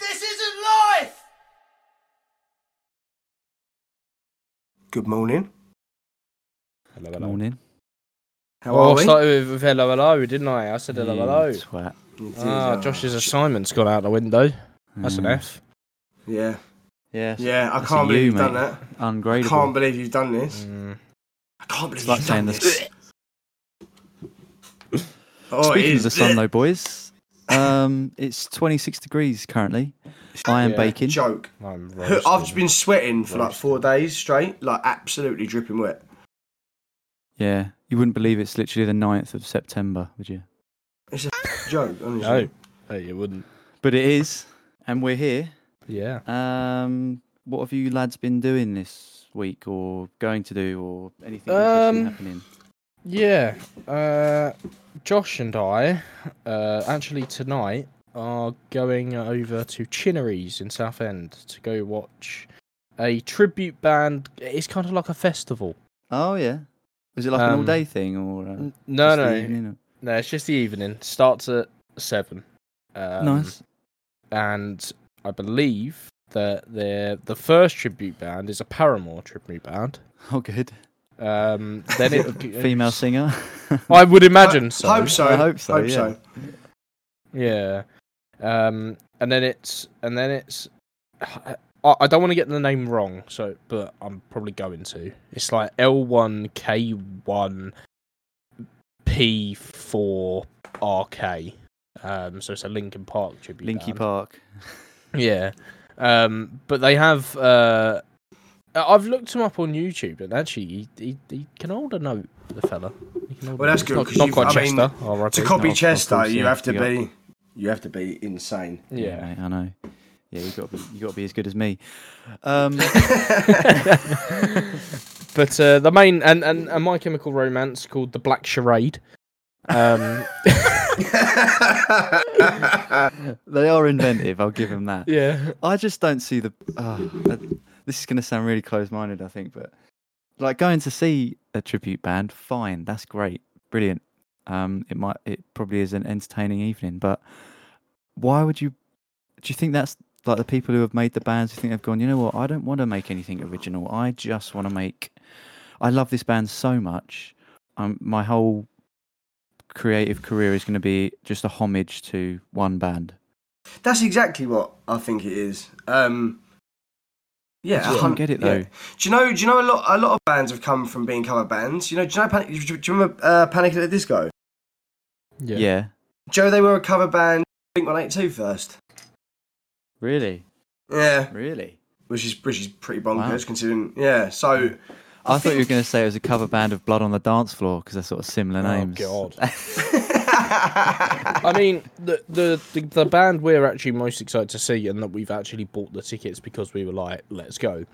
This isn't life! Good morning. Hello, Good uh, hello. morning. How Oh, are I we? started with, with hello, hello, didn't I? I said hello, You hello. twat. It is, Mm. Ah, uh, Josh's assignment's gone out the window. That's an Yeah. F. Yeah, Yes. yeah. I That's can't a believe you, you've done mate. that. I Ungradable. can't believe you've done this. Mm. I can't believe It's like you've saying done the- this. Oh, it Speaking is. of the sun, though, boys, um, it's 26 degrees currently. I am Yeah. baking. Joke. Mm, I'm I've just roasted. been sweating for like four days straight, like absolutely dripping wet. Yeah, you wouldn't believe it's literally the 9th of September, would you? It's a joke, honestly. No. Hey, you wouldn't. But it is, and we're here. Yeah. Um, what have you lads been doing this week, or going to do, or anything Um, interesting happening? Yeah. Uh, Josh and I, uh, actually tonight, are going over to Chinnery's in Southend to go watch a tribute band. It's kind of like a festival. Oh yeah, was it like an um, all-day thing, or uh, No, just the no, evening, no. It's just the evening. Starts at seven. or- Um, nice. and I believe that the the first tribute band is a Paramore tribute band. Oh good. Um, then it Female singer. I would imagine Ho- so. Hope so. I hope so, Hope yeah. so. Yeah. Um, and then it's and then it's. I, I don't want to get the name wrong, so but I'm probably going to. It's like L one K one P four R K. Um, so it's a Linkin Park tribute. Linky band. Park. Yeah. Um, but they have. Uh, I- I've looked him up on YouTube, and actually, he, he, he can hold a note, the fella. He can hold Well, a that's note. good, Not- 'cause Not, you've- quite I mean, Chester. RIP. To copy No, of Chester, course, you yeah, have to you got- be, you have to be insane. Yeah. mate, I know. Yeah, you got you got to be as good as me. Um, but uh, the main and, and and My Chemical Romance called the Black Charade. Um, they are inventive. I'll give them that. yeah, I just don't see the. ah, uh, this is going to sound really closed-minded, I think, but like going to see a tribute band, fine, that's great, brilliant. Um, it might, it probably is an entertaining evening, but why would you? Do you think that's like the people who have made the bands who think they've gone? You know what? I don't want to make anything original. I just want to make. I love this band so much. Um, my whole creative career is going to be just a homage to one band. That's exactly what I think it is. Um, yeah, I just hun- don't get it yeah. though. Do you know? Do you know a lot? A lot of bands have come from being cover bands. You know? Do you know? Panic, do you- do you remember uh, Panic at the Disco? yeah, yeah. Joe, they were a cover band. Blink One Eight Two first. Really. Yeah, Really? which is which is pretty bonkers Wow. considering. Yeah, so I, thought you were going to say it was a cover band of Blood on the Dance Floor because they're sort of similar Oh, names. God. I I mean, the, the the the band we're actually most excited to see, and that we've actually bought the tickets because we were like, let's go.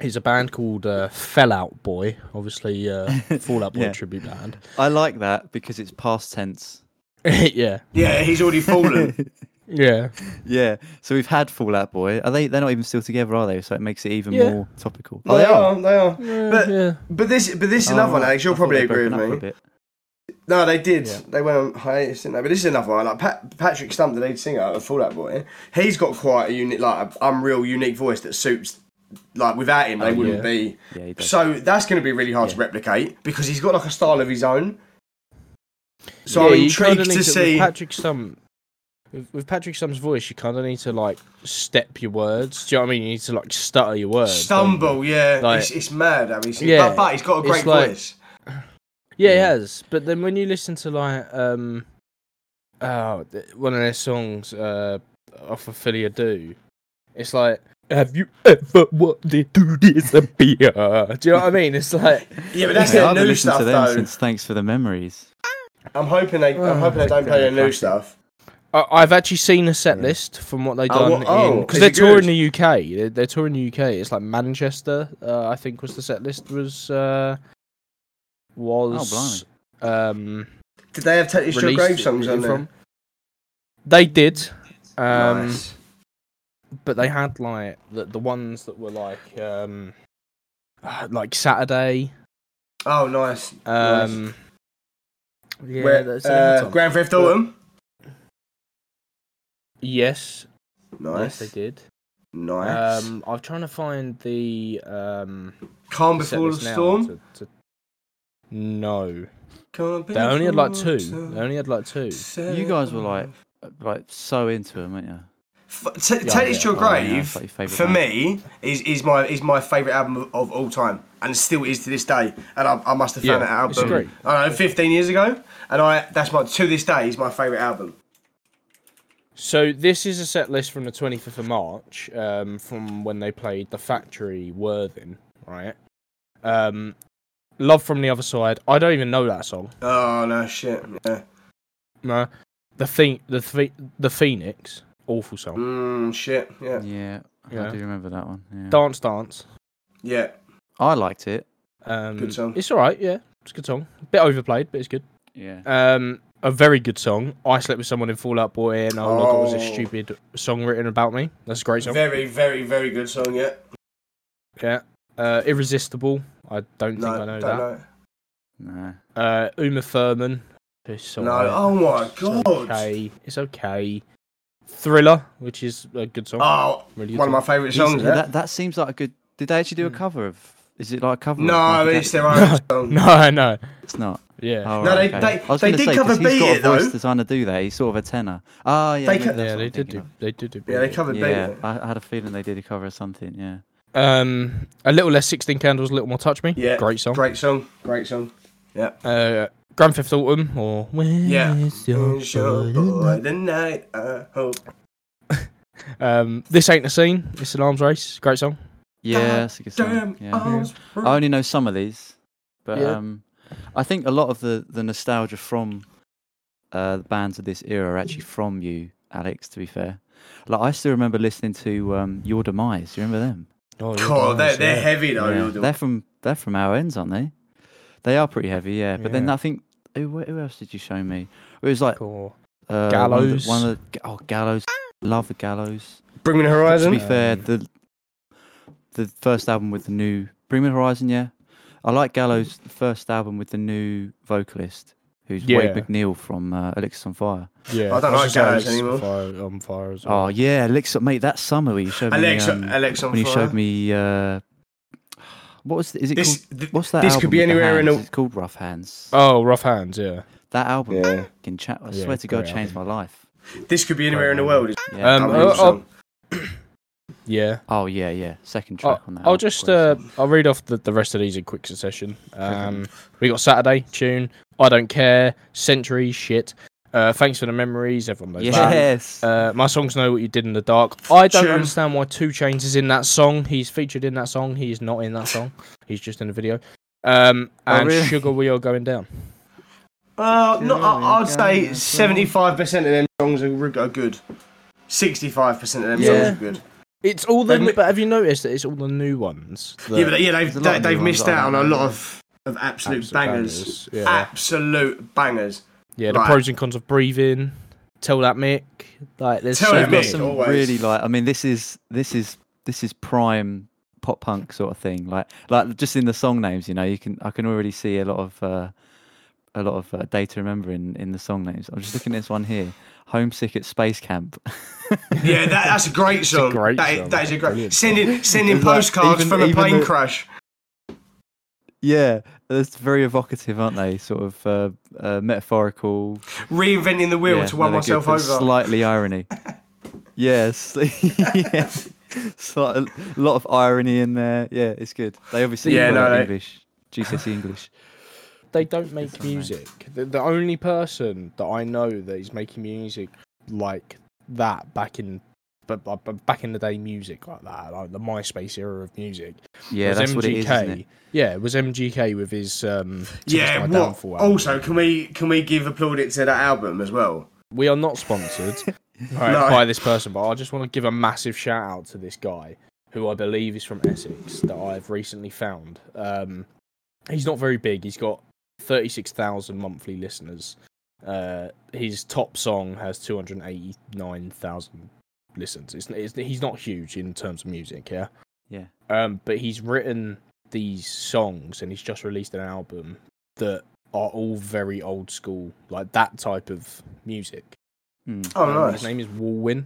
Is a band called uh, Fallout Boy, obviously uh, Fallout Boy Yeah. tribute band. I like that because it's past tense. yeah, yeah, he's already fallen. yeah, yeah. So we've had Fallout Boy. Are they? They're not even still together, are they? So it makes it even Yeah. more topical. Oh, they are. They are. But- yeah. But this, but this is another one, Alex. You'll probably agree with me. No, they did. Yeah. They went on hiatus, didn't they? But this is another one. Like Pat, Patrick Stump, the lead singer of Fallout Boy, he's got quite a unique, like an unreal, unique voice that suits. Like without him, they Oh, wouldn't yeah. be. Yeah, he does. So that's going to be really hard to Yeah. replicate because he's got like a style of his own. So Yeah, I'm you kinda intrigued need to see. With Patrick Stump, with, with Patrick Stump's voice, you kind of need to like step your words. Do you know what I mean? You need to like stutter your words. don't you? Stumble, yeah, Like- it's, it's mad. I mean, Yeah, but, but he's got a it's great like- voice. Yeah, he Yeah. has. But then when you listen to like um, oh, th- one of their songs uh, off of Philly Do, it's like. Have you ever wanted to disappear? Do you know what I mean? It's like, Yeah, but that's yeah, their I haven't new listened stuff, to them though. since Thanks for the Memories. I'm hoping they, I'm hoping they don't play their new Classic. stuff. I- I've actually seen a set list from what they've Oh, done wha- oh, because is they're it good? touring the UK. They're, they're touring the UK. It's like Manchester, uh, I think, was the set list was uh, Oh, Oh, was um, Did they have Teddy Shore released Grave songs on there? from. They did, um, nice. but they had like the, the ones that were like um, uh, like Saturday. Oh, nice. Um, Yeah, Where, that's- they had uh, some. Grand Theft Auto. yes, Nice. Yes, they did. Nice. Um, I'm trying to find the um. Calm set before the list now storm. to- to- No, Calm they only had like before two. the They only had like two. storm. You guys were like- Like so into them, weren't you? F- t- Take This to Your Oh, yeah, Grave it's like your favourite for band. me is, is my is my favorite album of, of all time, and still is to this day. And I, I must have found Yeah, that it's album great. I don't know 15 years ago, and I that's my to this day is my favorite album. So this is a set list from the 25th of March, um, from when they played the Factory Worthing, right? Um, Love from the Other Side. I don't even know that song. Oh no shit. Yeah. No, the thing, the Phe- the Phoenix, awful song. Mm, shit. Yeah. Yeah, I Yeah. do remember that one. Yeah. Dance, dance. Yeah. I liked it. Um, Good song. It's all right. Yeah, it's a good song. Bit overplayed, but it's good. Yeah. Um, a very good song. I slept with someone in Fallout Boy, and oh, my God, was Oh. a stupid song written about me. That's a great song. Very very very good song. Yeah. Yeah. Uh, Irresistible. I don't No. think I don't know that. know. No. Uh, Uma Thurman. It's No. alright. Oh my It's god. okay. It's okay. Thriller, which is a good song. Oh, really good one of my song. favorite songs. Yeah, Yeah. That that seems like a good. Did they actually do a Mm. cover of? Is it like a cover? of No, Michael it's Jackson? their own song. No, no. It's not. Yeah. Oh, No, right, they- okay. they- I was they gonna did say, 'cause cover he's Beat It, got a voice though. that's trying to do that. He's sort of a tenor. Ah, yeah. They maybe co- that's yeah, what they I'm did thinking do. of. They did do. Yeah, they covered Beat Yeah, It. I I had a feeling they did a cover of something. Yeah. Um, a little less sixteen candles, a little more touch me. Yeah, great song. Great song. Great song. Uh, Grand Theft Autumn or when Yeah. is your Is your boy boy tonight? the night I hope. Um, this ain't the scene. It's an arms race. Great song. Yeah, that's a good song. Damn Yeah. arms were- I only know some of these, but Yeah. um, I think a lot of the the nostalgia from uh, the bands of this era are actually from you, Alex. To be fair, like I still remember listening to um, Your Demise. You remember them? Oh, yeah, God, they're, nice, they're yeah. heavy though. Yeah. you're doing- They're from they're from our ends, aren't they? They are pretty heavy, yeah. But then Yeah. I think who, who else did you show me? It was like Cool. uh, one of the- Gallows. One of the, oh, gallows. Love the gallows. Bring Me the to Horizon. be fair, Um, the the first album with the new Bring Me the Horizon, yeah. I like Gallows' first album with the new vocalist, who's Yeah. Wade McNeil from uh, Alexis on Fire. Yeah, I don't like was gonna Gallows say it's anymore. Fire, on fire as well. Oh yeah, Alexis, mate, that summer when you showed Alex, me um, Alex on when you fire. showed me uh, what was the, is it this. called? th- What's that? this album could be with the anywhere in hands? a- It's called Rough Hands. Oh, rough hands. Yeah. that album, Yeah. fucking cha- I Yeah, swear to God, great changed my life. this could be anywhere in the world. Yeah. Um, Um, uh, Yeah. oh yeah, yeah. Second track on that. I'll album, just great uh, song. I'll read off the, the rest of these in quick succession. Um, we got Saturday tune. I don't care. Century shit. Uh, thanks for the memories. Everyone knows that. yes. Uh, my songs know what you did in the dark. I don't Tune. understand why Two Chains is in that song. He's featured in that song. He is not in that song. He's just in the video. Um, Oh, and really? Sugar, we are going down. uh, not, I, I'd Yeah, say yeah. seventy-five percent of them songs are, re- are good. Sixty-five percent of them Yeah. songs are good. It's all the. They've mi- but have you noticed that it's all the new ones? yeah, but yeah, they've There's a lot they, of they've new missed ones I out on don't a know. lot of of absolute, bangers. Yeah. Absolute bangers. Yeah, the Right. pros and cons of breathing. Tell that Mick. Like there's Tell so that many- Mick. some always. really like I mean this is this is this is prime pop punk sort of thing like like just in the song names you know you can I can already see a lot of uh, a lot of uh, data remembering in the song names I'm just looking at this one here homesick at space camp Yeah, that, that's a great song. great That is- song. that is a great. Brilliant. Sending sending Like, postcards even- from a even plane the- crash. yeah that's very evocative aren't they sort of uh, uh, metaphorical Reinventing the wheel yeah, to no, run they're good, myself but over. slightly irony yes yeah. Slight- a lot of irony in there yeah it's good they obviously Yeah, were no, they- English GCSE E English they don't make song, mate. music. The, the only person that I know that is making music like that back in, but, but, but back in the day, music like that, like the MySpace era of music. yeah was that's MGK. what it is isn't it? Yeah, it was MGK with his um. Tickets to Yeah, My what? Downfall album. Also, can we can we give applaudit to that album as well? We are not sponsored Hmm. right, No. by this person, but I just want to give a massive shout out to this guy who I believe is from Essex that I've recently found. Um, he's not very big. He's got 36,000 monthly listeners. Uh, his top song has 289,000 listens. It's, it's, he's not huge in terms of music, yeah? Yeah. Um, but he's written these songs and he's just released an album that are all very old school, like that type of music. Mm. Oh, Um, His nice. name is Walwyn.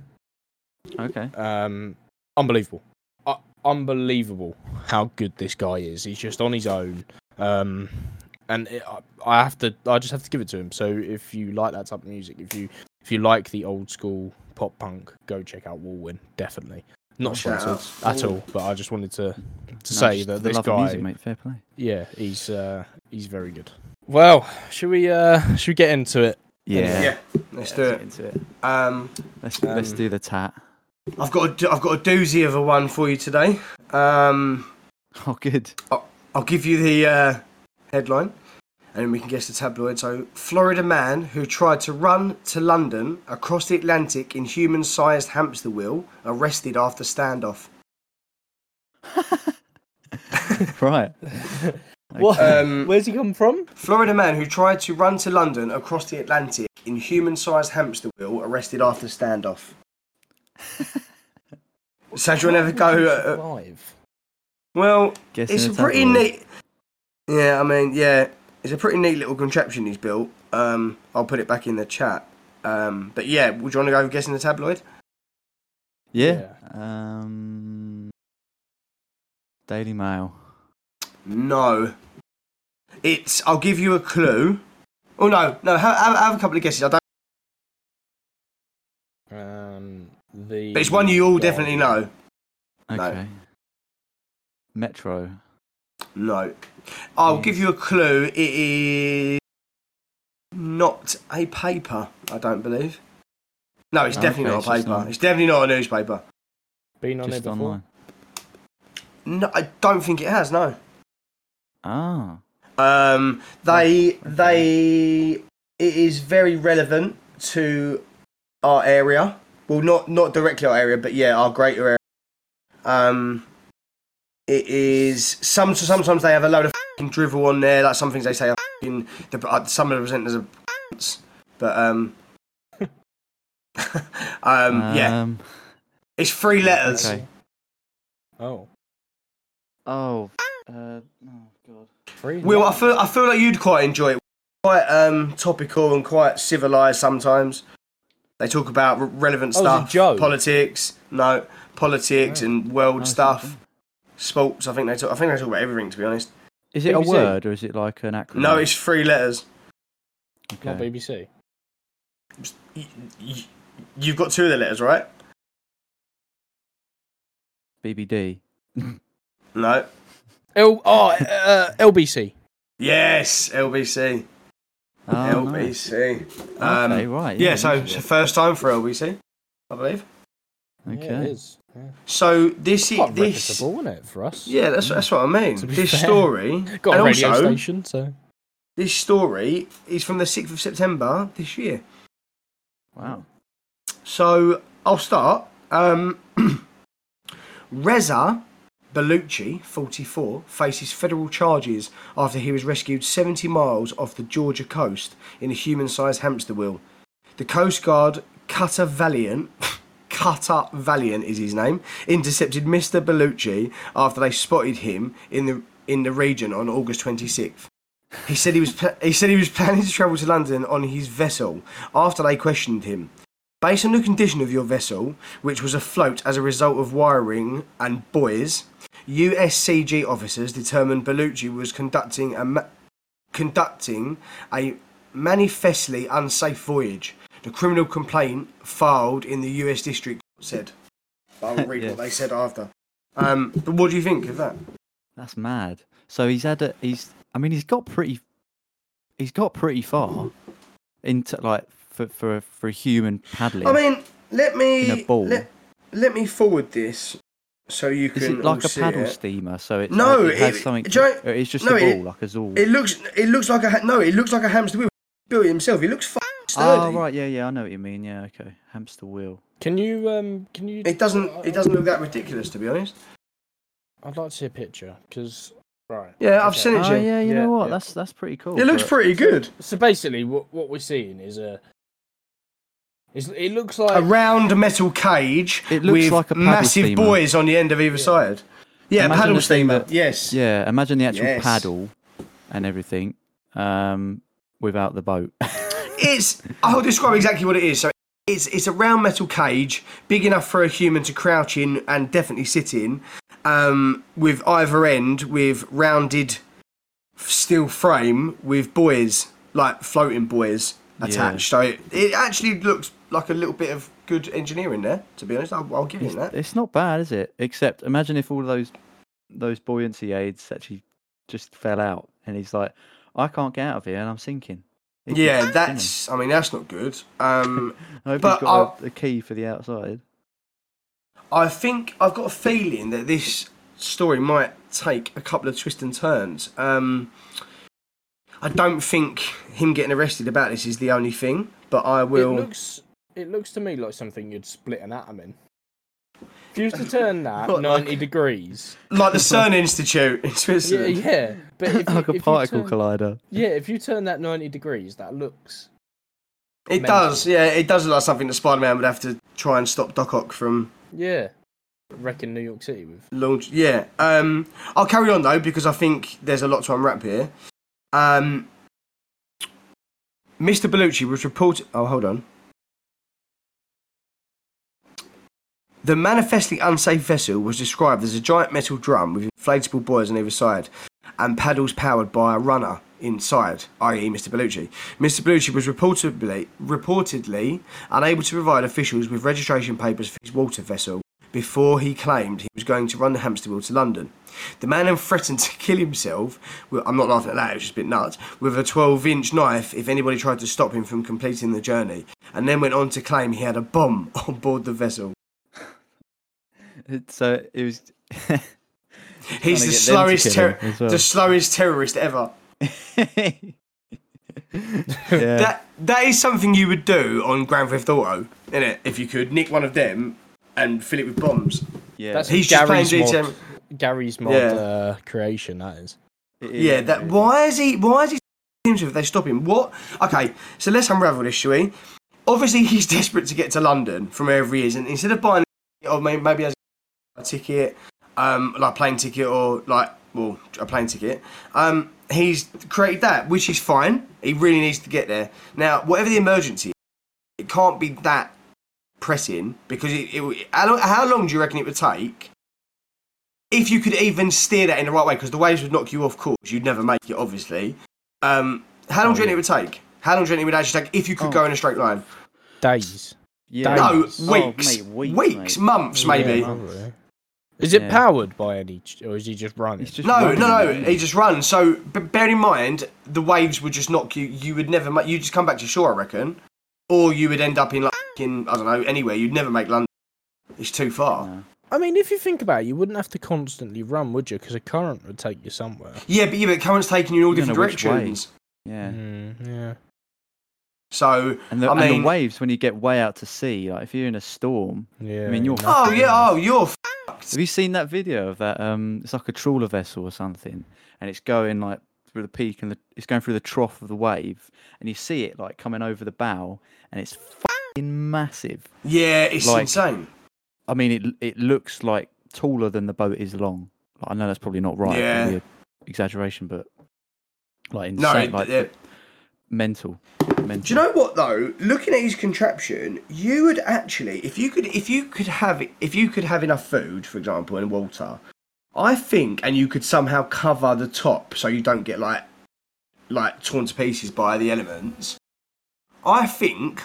Oh, Okay. Um, unbelievable, uh, unbelievable how good this guy is. He's just on his own, um, and it, I- I have to, I just have to give it to him. So if you like that type of music, if you if you like the old school pop punk, go check out Warwin. Definitely not Shout sponsored out at all, but I just wanted to to No, say just that the this love of guy, music, mate. Fair play. yeah, he's uh, he's very good. Well, should we uh, should we get into it? Yeah. Yeah, let's do it. let's get into it. Um, Let's let's Um, do the tat. I've got a do- I've got a doozy of a one for you today. Um, Oh, good. I'll give you the uh, headline, and then we can guess the tabloid. So, Florida man who tried to run to London across the Atlantic in human-sized hamster wheel arrested after standoff. right. What? Okay. Um, Where's he come from? Florida man who tried to run to London across the Atlantic in human-sized hamster wheel arrested after standoff. Um, so, do you want to have a go? at- at- Live. well, Guessing it's the a pretty tabloid. neat. Yeah, I mean, yeah, it's a pretty neat little contraption he's built. Um, I'll put it back in the chat. Um, but yeah, would you want to go guessing the tabloid? Yeah. Um, Daily Mail. No. It's. I'll give you a clue. Oh no, no. Have, have, have a couple of guesses. I don't. Um, the. But it's one you all definitely Guardian. know. No. Okay. Metro. No. I'll Mm. give you a clue. It is not a paper. I don't believe. No, it's definitely Okay, not it's a just paper. on- It's definitely not a newspaper. Been on it just before. online. No, I don't think it has. No. Ah. Um, they Okay. they it is very relevant to our area. Well, not not directly our area, but yeah, our greater area. Um, it is some sometimes they have a load of fing drivel on there. Like some things they say are fing, the, uh, some of the presenters are cunts, but um. um, yeah, um, it's three letters. Okay. Oh, Oh. Uh, oh God. free. Will, I feel I feel like you'd quite enjoy it. Quite um, topical and quite civilized sometimes. They talk about re- relevant Oh, is it stuff, Joe? politics, no politics and world Nice, stuff, okay. sports. I think they talk. I think they talk about everything. To be honest, Is it a BBC? word or is it like an acronym? no, it's three letters. Not Okay. BBC. Y- y- you've got two of the letters, right? BBD. No. L. Oh, uh, LBC. Yes, LBC. Ah, Oh, nice. LBC. Um, okay. Right. Yeah, so nice. it's the first time for LBC, I believe. Yeah, it Okay. is. Yeah. So this is Quite this. reputable, isn't it, for us? Yeah, that's that's what I mean. To be This fair. story, Got and a radio also, station, so. This story is from the 6th of September this year. Wow. So I'll start. Um, Reza Bellucci, 44, faces federal charges after he was rescued 70 miles off the Georgia coast in a human sized hamster wheel. The Coast Guard Cutter Valiant. Cutter Valiant is his name. Intercepted Mr. Bellucci after they spotted him in the in the region on August 26th. He said he was pla- he said he was planning to travel to London on his vessel. After they questioned him, Based on the condition of your vessel, which was afloat as a result of wiring and buoys, USCG officers determined Bellucci was conducting a ma- conducting a manifestly unsafe voyage. The criminal complaint filed in the US District Court said. I'll read Yeah. what they said after. Um, but what do you think of that? That's mad. So he's had a he's I mean he's got pretty he's got pretty far into like for for a- for a human paddling I mean, let me in a ball. Let, let me forward this so you can Is it like all a see paddle it. steamer? So it's No, like, it has it- something. do you know- or it's just no, a it- ball, like a zool. It looks. It looks like a ha- no. It looks like a hamster wheel. Built it himself. He looks f- sturdy. oh right, yeah, yeah, I know what you mean. Yeah, okay, hamster wheel. Can you, um, can you. It doesn't. It doesn't look that ridiculous, to be honest. I'd like to see a picture, because. Right. Yeah, I've seen Oh it. Jim. yeah, you Yeah, know what? yeah. That's that's pretty cool. It looks Oh, but- pretty good. So basically, what, what we're seeing is a. Is, it looks like. A round metal cage It looks with like a paddle massive steamer. buoys on the end of either side. Yeah, Imagine paddle a thing steamer. that- yes. Yeah, imagine the actual Yes. paddle and everything, um, without the boat. It's. I'll describe exactly what it is. So, It's it's a round metal cage, big enough for a human to crouch in and definitely sit in, um, with either end with rounded steel frame with buoys like floating buoys Yeah. attached. So it, it actually looks like a little bit of good engineering there. To be honest, I'll, I'll give you It's, that. it's not bad, is it? Except imagine if all those those buoyancy aids actually just fell out, and he's like, "I can't get out of here, and I'm sinking." It keeps Yeah, spinning. that's. I mean, that's not good. Um, I hope but he's got a, a key for the outside. I think I've got a feeling that this story might take a couple of twists and turns. Um, I don't think him getting arrested about this is the only thing, but I will. It looks it looks to me like something you'd split an atom in. If you used to turn that What, like- ninety degrees. Like the CERN Institute in Yeah, Switzerland. yeah. But if you, like a if you particle turn, collider. Yeah, if you turn that ninety degrees, that looks It mental. does, yeah, it does look like something that Spider Man would have to try and stop Doc Ock from yeah. Wrecking New York City with launch. Yeah, um, I'll carry on though, because I think there's a lot to unwrap here. Um, Mr. Bellucci was reported. Oh, hold on. The manifestly unsafe vessel was described as a giant metal drum with inflatable buoys on either side and paddles powered by a runner inside, i.e., Mr. Bellucci. Mr. Bellucci was reportedly, reportedly unable to provide officials with registration papers for his water vessel before he claimed he was going to run the hamster wheel to London. The man then threatened to kill himself, well, I'm not laughing at that, it's just a bit nuts, with a 12 inch knife if anybody tried to stop him from completing the journey, and then went on to claim he had a bomb on board the vessel. It- So it was. He's the slowest, ter- the slowest terrorist ever. yeah. That that is something you would do on Grand Theft Auto, innit? If you could nick one of them and fill it with bombs. yeah. That's He's just playing Gary's GTA. mod, Gary's mod Yeah. uh, creation. That is. it is, Yeah, that. really. Why is he? Why is he? Himself? If they stop him, what? Okay, so let's unravel this, shall we? Obviously, he's desperate to get to London from wherever he is, and instead of buying or may- maybe as a ticket, um, like plane ticket or like well a plane ticket, um, he's created that, which is fine. He really needs to get there now. Whatever the emergency, it can't be that pressing because it. it w- how, long, how long do you reckon it would take? If you could even steer that in the right way, because the waves would knock you off course, you'd never make it, obviously. Um, how long do you reckon it would take? How long do you reckon it would actually take if you could Oh. go in a straight line? Days. Yeah. No, Days. weeks, Oh, mate, weeks, weeks, mate. months, maybe. Yeah, probably. Is it Yeah. powered by any, ch- or is he just running? It's just no, running, no, no. isn't He it? just runs. So, but bear in mind, the waves would just knock you. You would never. ma- You just come back to shore, I reckon, or you would end up in like in I don't know anywhere. You'd never make London. It's too far. No. I mean, if you think about it, you wouldn't have to constantly run, would you? Because a current would take you somewhere. Yeah, but yeah, but current's taking you in all You don't different know which way. directions. Yeah. Mm, yeah. So, And the, I and mean- the waves when you get way out to sea, like if you're in a storm. Yeah. mean, you're nothing oh yeah, else. oh you're Have you seen that video of that? Um, it's like a trawler vessel or something, and it's going like through the peak and the, it's going through the trough of the wave, and you see it like coming over the bow, and it's fucking massive. yeah, it's Like- insane. I mean, it l- it looks like taller than the boat is long. Like, I know that's probably not right, Yeah. probably a exaggeration, but like No, insane, it- like it- mental, mental. Do you know what though? Looking at his contraption, you would actually, if you could, if you could have, if you could have enough food, for example, and water, I think, and you could somehow cover the top so you don't get like, like torn to pieces by the elements. I think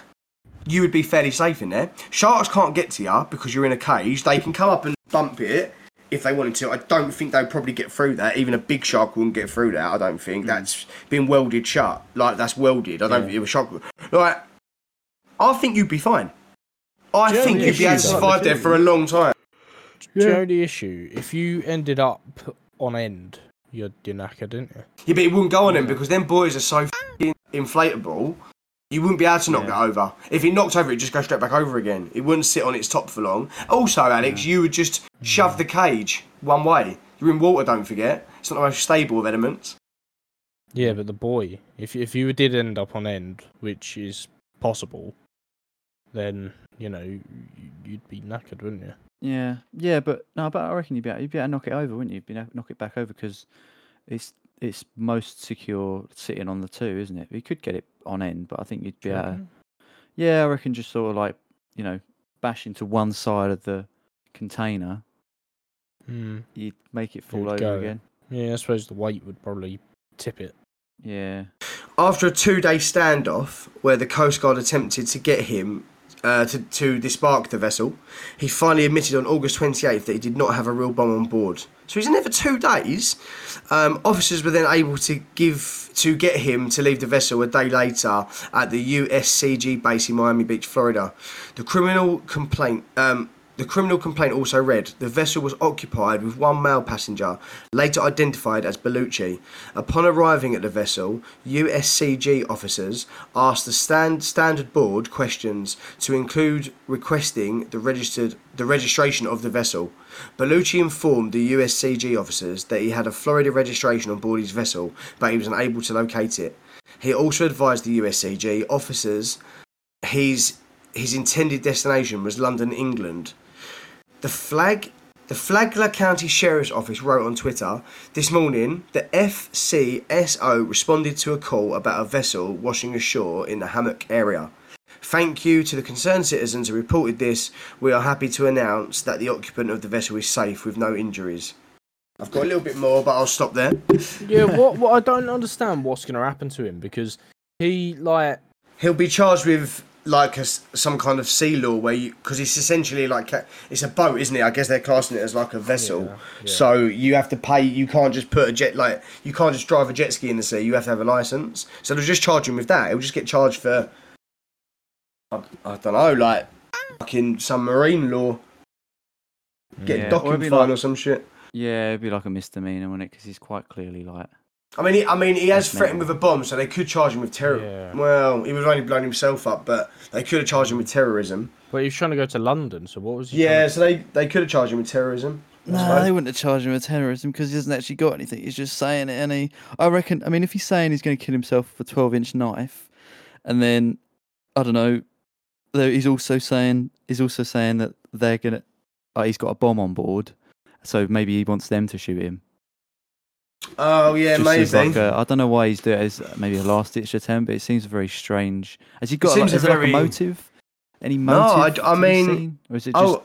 you would be fairly safe in there. Sharks can't get to you because you're in a cage. They can come up and bump it if they wanted to. I don't think they'd probably get through that. Even a big shark wouldn't get through that. I don't think that's been welded shut. Like that's welded. I don't think it was shark. would- Like, I think you'd be fine. I Do you know think the you'd be issue, able to though? survive there for a long time. Do you know the issue? If you ended up on end, you're, you're knackered, didn't you? Yeah, but it wouldn't go on him because them boys are so f***ing inflatable. You wouldn't be able to knock it Yeah. over. If it knocked over, it'd just go straight back over again. It wouldn't sit on its top for long. Also, Alex, you would just shove the cage one way. You're in water, don't forget. It's not the most stable of elements. Yeah, but the boy, if if you did end up on end, which is possible, then you know you- you'd be knackered, wouldn't you? Yeah, yeah, but no, but I reckon you'd be able, you'd be able to knock it over, wouldn't you? You'd be able to knock it back over because it's it's most secure sitting on the two, isn't it? You could get it on end, but I think you'd be able to, yeah, I reckon just sort of like you know bash into one side of the container, Mm. you make it fall would over go. again. Yeah, I suppose the weight would probably tip it. Yeah, After a two day standoff where the Coast Guard attempted to get him uh, to, to disembark the vessel, he finally admitted on August 28th that he did not have a real bomb on board. So he's in there for two days. Um, officers were then able to give to get him to leave the vessel a day later at the USCG base in Miami Beach, Florida. The criminal complaint um, the criminal complaint also read the vessel was occupied with one male passenger, later identified as Bellucci. Upon arriving at the vessel, USCG officers asked the stand, standard board questions to include requesting the registered the registration of the vessel. Bellucci informed the USCG officers that he had a Florida registration on board his vessel, but he was unable to locate it. He also advised the USCG officers his his intended destination was London, England. The flag the Flagler County Sheriff's Office wrote on Twitter this morning the FCSO responded to a call about a vessel washing ashore in the hammock area. Thank you to the concerned citizens who reported this. We are happy to announce that the occupant of the vessel is safe with no injuries. I've got a little bit more, but I'll stop there. Yeah, what, what I don't understand what's going to happen to him because he, like, He'll be charged with like a s some kind of sea law where you because it's essentially like a, it's a boat, isn't it? I guess they're classing it as like a vessel. Yeah, yeah. So you have to pay. You can't just put a jet like you can't just drive a jet ski in the sea. You have to have a license. So they'll just charge him with that. He'll just get charged for I, I don't know, like fucking some marine law, get Yeah, or docking it'd be fine like- or some shit. yeah, it'd be like a misdemeanor, wouldn't it? Because he's quite clearly like, I mean, he, I mean, he has That's threatened mental. with a bomb, so they could charge him with terror. Yeah. Well, he would have only blown himself up, but they could have charged him with terrorism. but he was trying to go to London. So what was he? Yeah, so they, they could have charged him with terrorism. no, fine. they wouldn't have charged him with terrorism because he hasn't actually got anything. He's just saying it, and he, I reckon, I mean, if he's saying he's going to kill himself with a twelve-inch knife, and then, I don't know, though he's also saying he's also saying that they're gonna, oh, he's got a bomb on board, so maybe he wants them to shoot him. Oh yeah, just seems maybe. Like uh, a, I don't know why he's doing it. It's maybe a last ditch attempt, but it seems very strange. Has he got like, seems is a there, like, very- a motive? Any No, I- motive? I to be mean- seen? or is it just oh,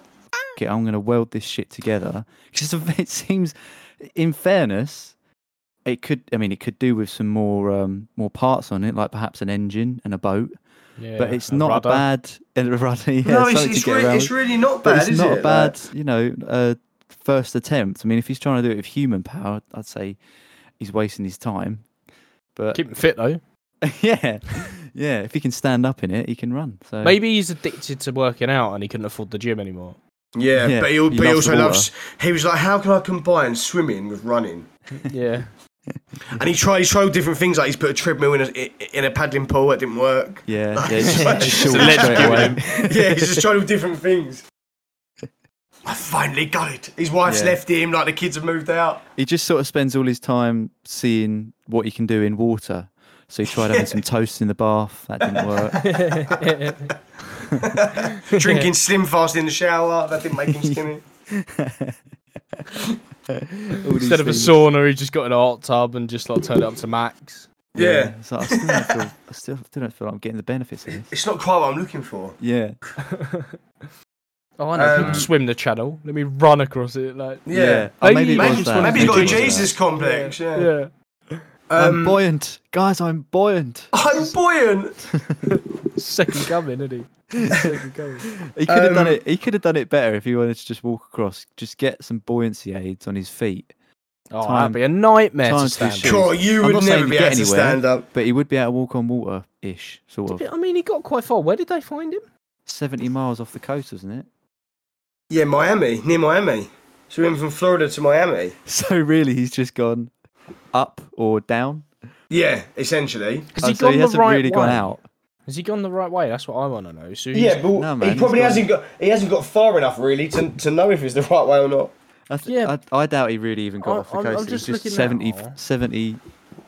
"Okay, I'm going to weld this shit together? 'Cause it's a- it seems, in fairness, it could. I mean, it could do with some more um, more parts on it, like perhaps an engine and a boat. Yeah, but it's a not rudder. a bad and a rudder. Yeah, no, it's, something to it's, get really, around it's really not but bad, it's is not it? a bad, you know, uh, first attempt. I mean, if he's trying to do it with human power, I'd say he's wasting his time. But Keep him fit though. yeah, yeah, if he can stand up in it, he can run. So Maybe he's addicted to working out and he couldn't afford the gym anymore. Like, yeah, Yeah, but he, al- he but he loves the also water. loves. He was like, "How can I combine swimming with running?" Yeah. And he tried. He tried different things. Like he's put a treadmill in a i- in a paddling pool. It didn't work. yeah, yeah, Like, just, like, just just short let straight him away. Yeah, he's just trying all different things. I finally got it. His wife's Yeah. left him. Like the kids have moved out. He just sort of spends all his time seeing what he can do in water. So he tried having some toast in the bath. That didn't work. Drinking slim fast in the shower. That didn't make him skinny. All these Instead of a things. sauna, he just got in a hot tub and just like turned it up to max. yeah. So I still don't feel, I still don't feel I'm getting the benefits of this. It's not quite what I'm looking for. Yeah. Oh, I know. Um, people swim the channel. Let me run across it. Like, Yeah. Oh, Maybe- it maybe was it's that. one of Maybe he's got a Maybe it was Jesus complex. Yeah. Um, yeah. I'm buoyant, guys. I'm buoyant. I'm buoyant. Second coming, isn't he? Second coming. He could have done Um, it. He could have done it better if he wanted to just walk across. Just get some buoyancy aids on his feet, Oh, that'd Time- be a nightmare time to to stand. shoot. up. God, you I'm would not saying never to be get able to anywhere. stand up. but he would be able to walk on water ish, sort of. But, I mean, he got quite far. Where did they find him? Seventy miles off the coast, wasn't it? Yeah, Miami, near Miami. So we went from Florida to Miami. So really, he's just gone up or down. Yeah, essentially. Has Oh, he so gone he the hasn't right really way? gone out. Has he gone the right way? That's what I want to know. So he's- Yeah, but No, man, he he's probably got- hasn't got he hasn't got far enough really to, to know if it's the right way or not. I th- Yeah. I, I doubt he really even got I- off the I'm- I'm coast. He was just looking 70, now. 70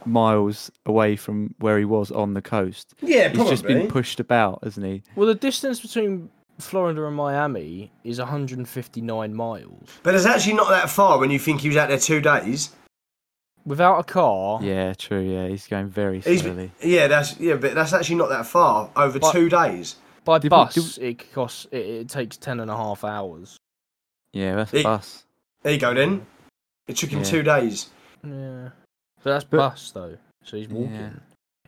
miles away from where he was on the coast. Yeah, He's probably. just been pushed about, hasn't he? Well, the distance between Florida and Miami is 159 miles. but it's actually not that far when you think he was out there two days. Without a car, Yeah, true. Yeah, he's going very He's slowly. yeah, that's yeah, but that's actually not that far over But- two days. By Did we- bus, did it costs. It, it takes ten and a half hours. Yeah, that's It- us. There you go then. It took him Yeah. two days. Yeah. So that's But- bus though. So he's walking. Yeah.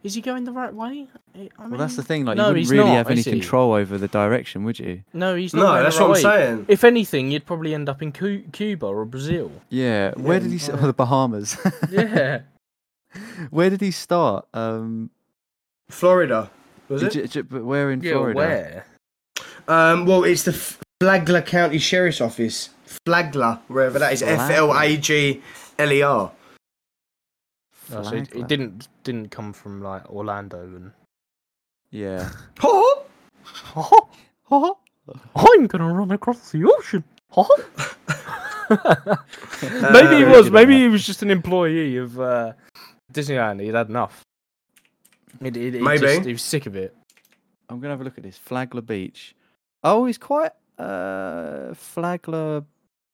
Is he going the right way? I I mean, Well, that's the thing. Like, no, you wouldn't he's really not, have any is he? control over the direction, would you? No, he's not. No, going the that's what right I'm way. saying. If anything, you'd probably end up in Cu- Cuba or Brazil. Yeah. Where did he? s- oh, no. the Bahamas. Yeah. where did he start? Um, Florida, was it? j- j- but where in Florida? where? Um, well, it's the F- Flagler County Sheriff's Office. Flagler, wherever that is. F L A G L E R. Oh, so it, Flagler. it didn't didn't come from like Orlando and. Yeah. Oh, I'm gonna run across the ocean. maybe he Uh, was. good Maybe one. he was just an employee of uh, Disneyland. He'd had enough. It, it, it Maybe. just- he was sick of it. I'm gonna have a look at this. Flagler Beach. Oh, it's quite. Uh, Flagler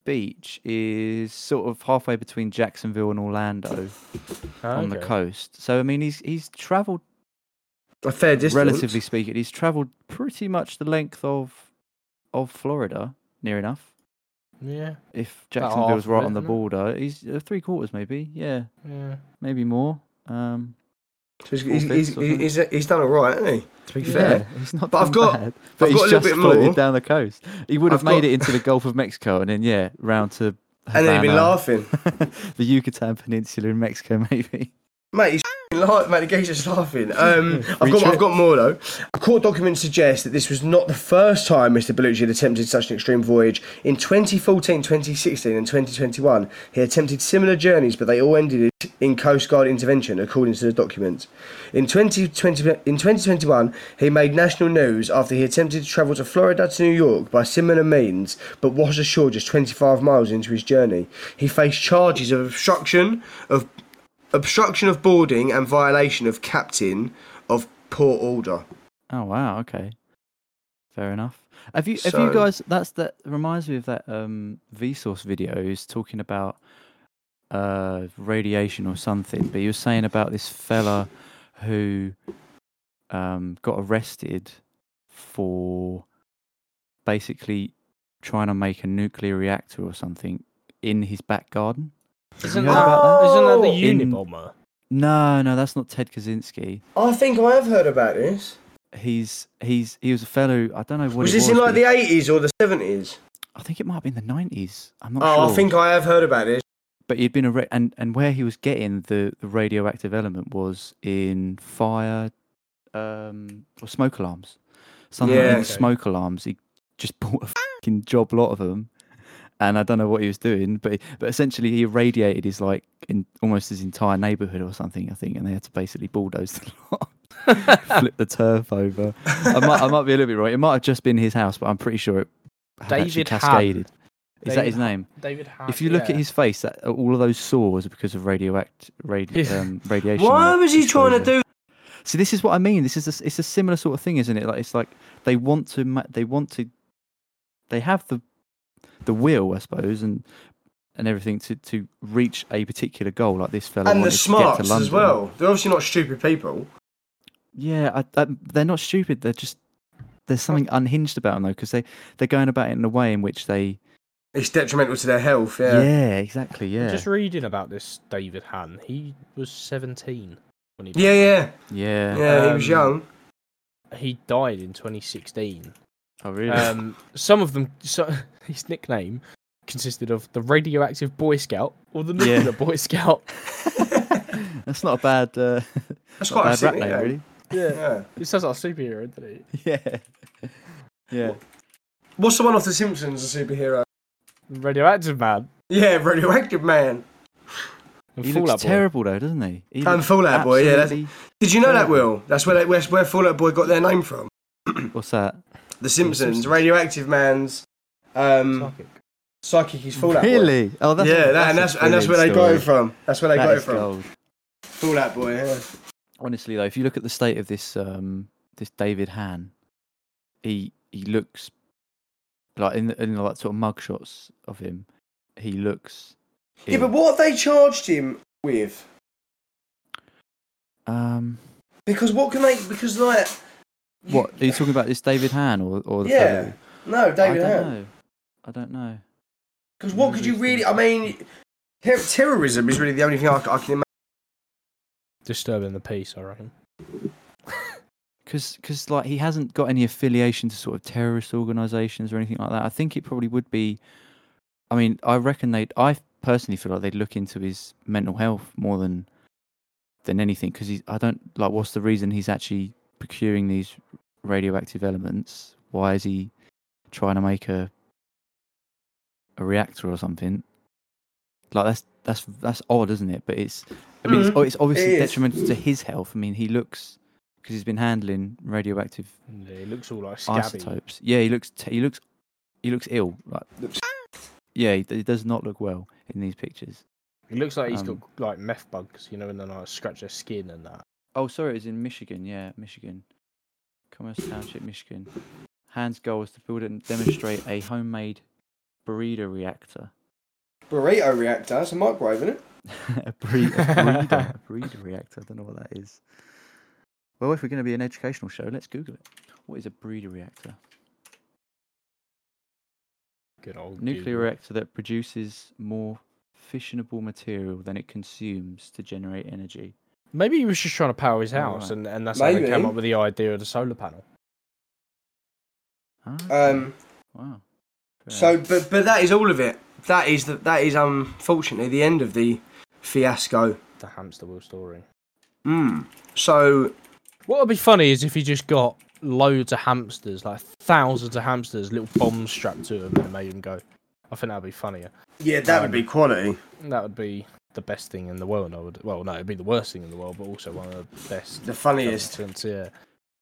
Beach is sort of halfway between Jacksonville and Orlando on the Oh, Okay. coast. So I mean, he's he's travelled a fair distance. relatively speaking, he's travelled pretty much the length of of Florida, near enough. Yeah. If About half Jacksonville's of right it, on the isn't it? border, he's uh, three quarters maybe. Yeah, Yeah. maybe more. Um, So he's, he's, Four fifths or he's, he's, he's done all right, hasn't he? To be fair. yeah, he's not. But I've done got- bad, but I've he's got a little just bit floated more. down the coast. He would have I've made got- it into the Gulf of Mexico and then yeah, round to And then he'd been Havana, laughing. the Yucatan Peninsula in Mexico maybe. Mate, he's laughing. Mate, the guy's just laughing. Um, I've Free got, I've trip. got more though. Court documents suggest that this was not the first time Mr. Bellucci had attempted such an extreme voyage. In 2014, 2016, and 2021, he attempted similar journeys, but they all ended in Coast Guard intervention, according to the document. In 2020, in 2021, he made national news after he attempted to travel to Florida to New York by similar means, but was ashore just 25 miles into his journey. He faced charges of obstruction of obstruction of boarding and violation of captain of port order. Oh wow, okay. Fair enough. Have you have So- you guys that's that reminds me of that um Vsauce video who's talking about uh radiation or something, but you were saying about this fella who um got arrested for basically trying to make a nuclear reactor or something in his back garden. Isn't heard that, about that? isn't that the In- Unibomber? No, no, that's not Ted Kaczynski. I think I have heard about this. He's he's he was a fellow I don't know what was it this in was, like but he- the eighties or the seventies? I think it might be in the nineties. I'm not Oh, sure. I think I have heard about this. but he'd been a re- and and where he was getting the, the radioactive element was in fire, um, or smoke alarms, something Yeah. in Okay. smoke alarms. He just bought a fucking job lot of them, and I don't know what he was doing, but but essentially he irradiated his like in almost his entire neighborhood or something, I think, and they had to basically bulldoze the lot. Flip the turf over. I might, I might be a little bit right. It might have just been his house, but I'm pretty sure it had actually David Hahn. cascaded. Is that David his Hahn. name? David Hahn. If you look at yeah. his face, that uh, all of those sores are because of radioact radi- Yeah. um, radiation. Why was he exposure. trying to do? See, this is what I mean. This is a, s- it's a similar sort of thing, isn't it? Like it's like they want to ma- they want to they have the the will, I suppose, and and everything to to reach a particular goal, like this fellow. And the wanted to get to smarts as London. well. They're obviously not stupid people. Yeah, I, I, they're not stupid. They're just there's something unhinged about them though, because they they're going about it in a way in which they It's detrimental to their health. yeah, Yeah. exactly yeah Just reading about this David Han, he was 17 when he Yeah, yeah, yeah yeah. he was Um, young. he died in 2016. oh really Um, some of them, so, his nickname consisted of the radioactive Boy Scout or the Yeah. nuclear Boy Scout. that's not a bad uh, That's Not quite a bad rap sick name, nickname. really. Yeah, Yeah. he sounds like a superhero, doesn't he? Yeah. Yeah. What's the one off The Simpsons? A superhero. Radioactive man. Yeah, radioactive man. And He Fall looks Out Boy. terrible though, doesn't he? he And looks Fallout Boy, yeah, that's- absolutely- Did you know that, Will? That's where they, where, where Fallout Boy got their name from. What's that? The Simpsons, Simpsons. radioactive man's. Mm. Um, Psychic. Psychic is Fallout Boy. really? Oh, that's yeah, that, and that's a and that's where they brilliant got it story. from. That's where they That got it is from. gold. Fallout Boy. Yeah. Honestly though, if you look at the state of this um this David Han, he he looks like in the- in the, like sort of mugshots of him, he looks. yeah, but ill. what have they charged him with? Um, Because what can they? Because like What are you talking about? This David Han or or the Yeah, fellow? No, David I don't Hand. know. I don't know. Because what could you really? I mean, ter- terrorism is really the only thing I, c- I can imagine. Disturbing the peace, I reckon. Because cause, like he hasn't got any affiliation to sort of terrorist organisations or anything like that. I think it probably would be. I mean, I reckon they'd. I personally feel like they'd look into his mental health more than than anything. Because he's. I don't like. What's the reason he's actually procuring these radioactive elements? Why is he trying to make a a reactor or something? Like that's that's that's odd, isn't it? But it's. I mean, it's, Mhm. it's obviously is. detrimental to his health. I mean, he looks because he's been handling radioactive Yeah, it looks all like scabby. isotopes. Yeah, he looks t- he looks he looks ill. Like Looks- yeah, he, he does not look well in these pictures. It looks like he's Um, got like meth bugs, you know, and then I scratch their skin and that. Oh, sorry, it's in Michigan. Yeah, Michigan, Commerce Township, Michigan. Hans' goal was to build and demonstrate a homemade breeder reactor. Burrito reactor. It's a microwave, isn't it? a, bre- a breeder, a breeder reactor. I don't know what that is. Well, if we're going to be an educational show, let's Google it. What is a breeder reactor? Good old nuclear Google. reactor that produces more fissionable material than it consumes to generate energy. Maybe he was just trying to power his Oh, house, right. and, and that's how they came Maybe. up with the idea of the solar panel. Ah, okay. Um. wow. Fair So, enough. but but that is all of it. That is the, that is unfortunately the end of the fiasco. The hamster wheel story. Mm. So What would be funny is if he just got loads of hamsters, like thousands of hamsters, little bombs strapped to them, and made them go. I think that'd be funnier. yeah, that would be quality. That would be the best thing in the world. I would. Well, no, it'd be the worst thing in the world, but also one of the best. The funniest. Sense, yeah.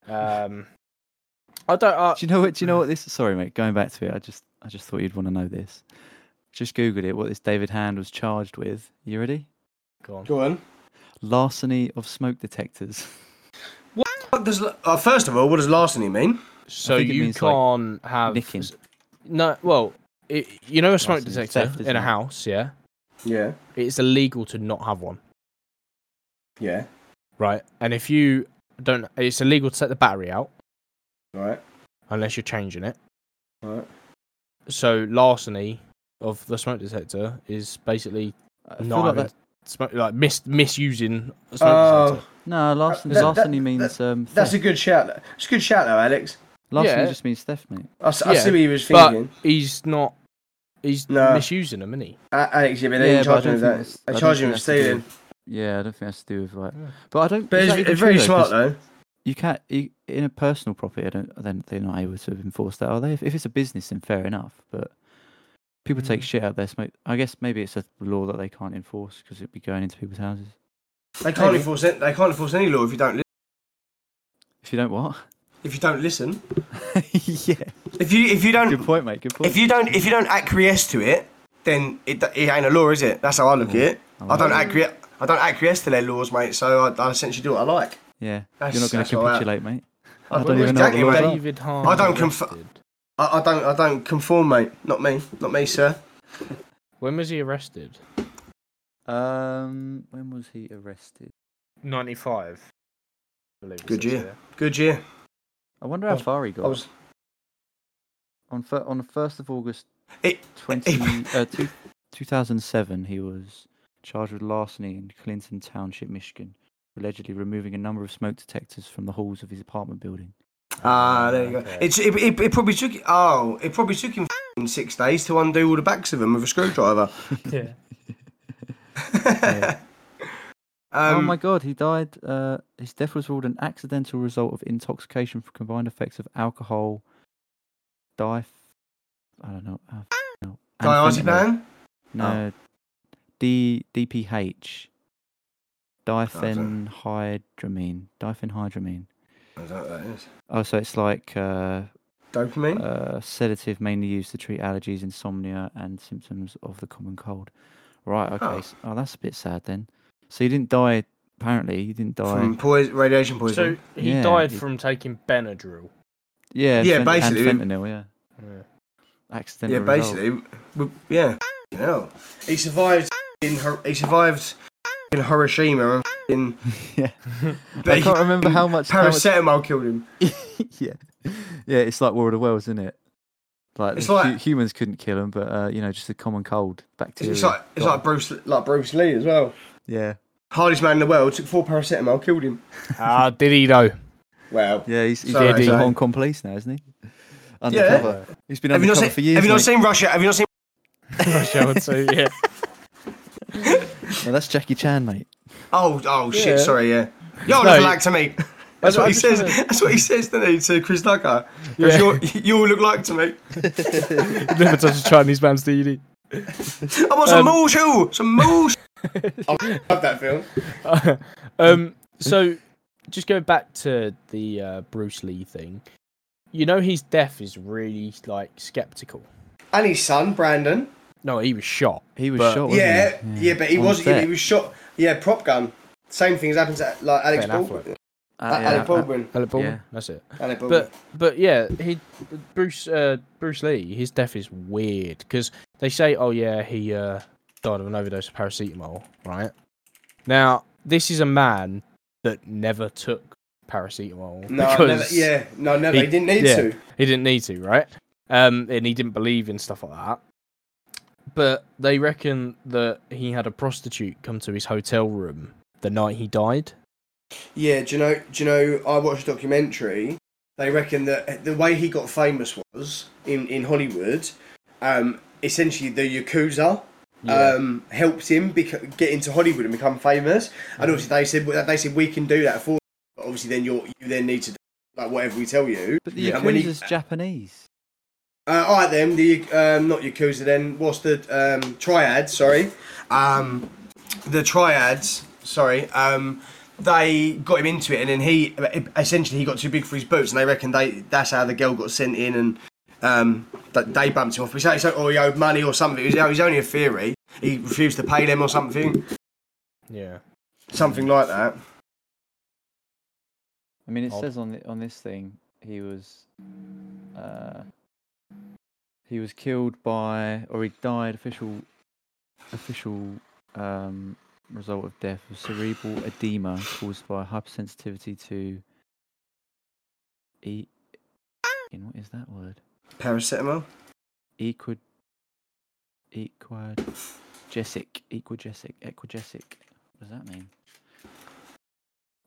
Um, I don't. I, do you know what? Do you know what this? Sorry, mate. Going back to it, I just I just thought you'd want to know this. Just googled it. What this David Hand was charged with? You ready? go on. Go on. Larceny of smoke detectors. What does uh, first of all, what does larceny mean? So think it you means, like, can't have nicking. No, well, it, you know a smoke Larceny is detector theft, in isn't a it? house, yeah. Yeah. It's illegal to not have one, Yeah. right? And if you don't, it's illegal to set the battery out Right. unless you're changing it. Right. So larceny of the smoke detector is basically I feel not like having that- smoke, like mis- misusing a smoke Oh, detector. no, larceny, that- that- larceny that- means um, theft. that's a good shout. It's a good shout though, Alex. larceny yeah. just means theft, mate. I, s- I Yeah, see what he was but- thinking. He's not. He's No. misusing them, isn't he? Uh, Alex, yeah, but they Yeah, didn't but I charge him don't with think that. that's- I They don't charged him think with that's to do stealing. Yeah, I don't think that's to do with like. But I don't. But is it's, that even it's very true, though? 'Cause- smart though. You can't you, in a personal property. I don't. Then they're not able to enforce that, are they? If, if it's a business, then fair enough. But people take Mm. shit out their smoke. I guess maybe it's a law that they can't enforce because it'd be going into people's houses. They can't Maybe. enforce it. They can't enforce any law if you don't li- If you don't what? if you don't listen. yeah. If you if you Good don't point, mate. Good point. if you don't if you don't acquiesce to it, then it, it ain't a law, is it? That's how I look at it. I don't Mm. acquiesce. I don't acquiesce to their laws, mate. So I, I essentially do what I like. yeah. That's- You're not going to that's all right. capitulate, mate. I I don't don't even know what the exactly laws what are. David Harm. I don't conf- I, I don't I don't conform, mate. Not me. Not me, sir. When was he arrested? Um. When was he arrested? Ninety-five. I believe it Good says year. here. Good year. I wonder how was- far he I got. was. on fir- on the first of August, It- twenty uh, two, two thousand seven, he was charged with larceny in Clinton Township, Michigan, for allegedly removing a number of smoke detectors from the halls of his apartment building. Ah, there you Okay. go. It's it, it, it probably took oh it probably took him f***ing six days to undo all the backs of them with a screwdriver. Yeah. Yeah. um, oh my God, he died. Uh, his death was ruled an accidental result of intoxication from combined effects of alcohol, di, I don't know, uh, no, and fentanyl. diazepam. No, Uh, D DPH. Diphenhydramine. Diphenhydramine. I don't know what that is. Oh, so it's like uh, Dopamine. a sedative mainly used to treat allergies, insomnia, and symptoms of the common cold. Right. Okay. Oh. Oh, oh that's a bit sad then. So you didn't die. Apparently, you didn't die. from pois- radiation So poisoning. he Yeah, died he- from taking Benadryl. yeah. Yeah, fent- basically, And didn't- fentanyl. Yeah. Yeah. Accidental. yeah, result. basically, we, yeah. You know, he survived. In her, he survived in Hiroshima and yeah. in I can't remember how much. how much- paracetamol killed him. yeah, yeah. It's like War of the Worlds, isn't it? Like, It's hu- like- humans couldn't kill him, but uh, you know, just a common cold It's, bacteria. it's like it's got like 'em. Bruce like Bruce Lee as well. yeah, Hardest man in the world took four paracetamol, killed him. Ah, did he though? Well, yeah. He's, he's, Sorry, he's sorry. Hong Kong police now, isn't he? Undercover. He's been have you undercover not seen? for years. have you not mate. seen Russia? Have you not seen? Russia would say, yeah. No, that's Jackie Chan, mate. Oh, oh shit! Yeah. Sorry, yeah. Y'all No, look you- like to me. That's what I he just says. wanna- That's what he says to me to Chris Tucker. He goes, Yeah. "You're- You all look like to me. Never touch a Chinese man's DD. I want some Um, more shoe, some more. shoe." I love that film. um, so just going back to the uh, Bruce Lee thing, you know his death is really like skeptical. And his son Brandon. No, he was shot. He was But- shot. Wasn't Yeah, he? yeah, but he On was set. he was shot. Yeah, prop gun. Same thing as happened to like Alex Ben Affleck. Baldwin. Uh, Alec yeah, uh, Baldwin. Alec Baldwin? Yeah. That's it. Alec Baldwin. But but yeah, he Bruce uh, Bruce Lee, his death is weird because they say, oh yeah, he uh, died of an overdose of paracetamol, right? Now this is a man that never took paracetamol no, never, because yeah, no, never. He, he- didn't need yeah. to. he didn't need to, right? Um, and he didn't believe in stuff like that. But they reckon that he had a prostitute come to his hotel room the night he died. Yeah, do you know? Do you know? I watched a documentary. They reckon that eh, the way he got famous was in in Hollywood. Um, essentially, the yakuza um, helped him bec- get into Hollywood and become famous. Mm-hmm. And obviously, they said well, they said we can do that for. You. But obviously, then you you then need to do like whatever we tell you. But the Yeah, when he- Yakuza's Japanese. Uh, all right, then the um, not Yakuza. Then what's the um, triad? Sorry, um, the triads. Sorry, um, they got him into it, and then he essentially he got too big for his boots, and they reckon they that's how the girl got sent in, and um, that they bumped him off. He said, so- or oh, he owed money or something. It was, it was only a theory. He refused to pay them or something, Yeah. something like that. I mean, it Odd. says on the, on this thing he was, uh, he was killed by or he died. Official, official um, result of death of cerebral edema caused by hypersensitivity to. E, in what is that word? Paracetamol. Equid, equid, jessic, equigesic, equigesic. What does that mean?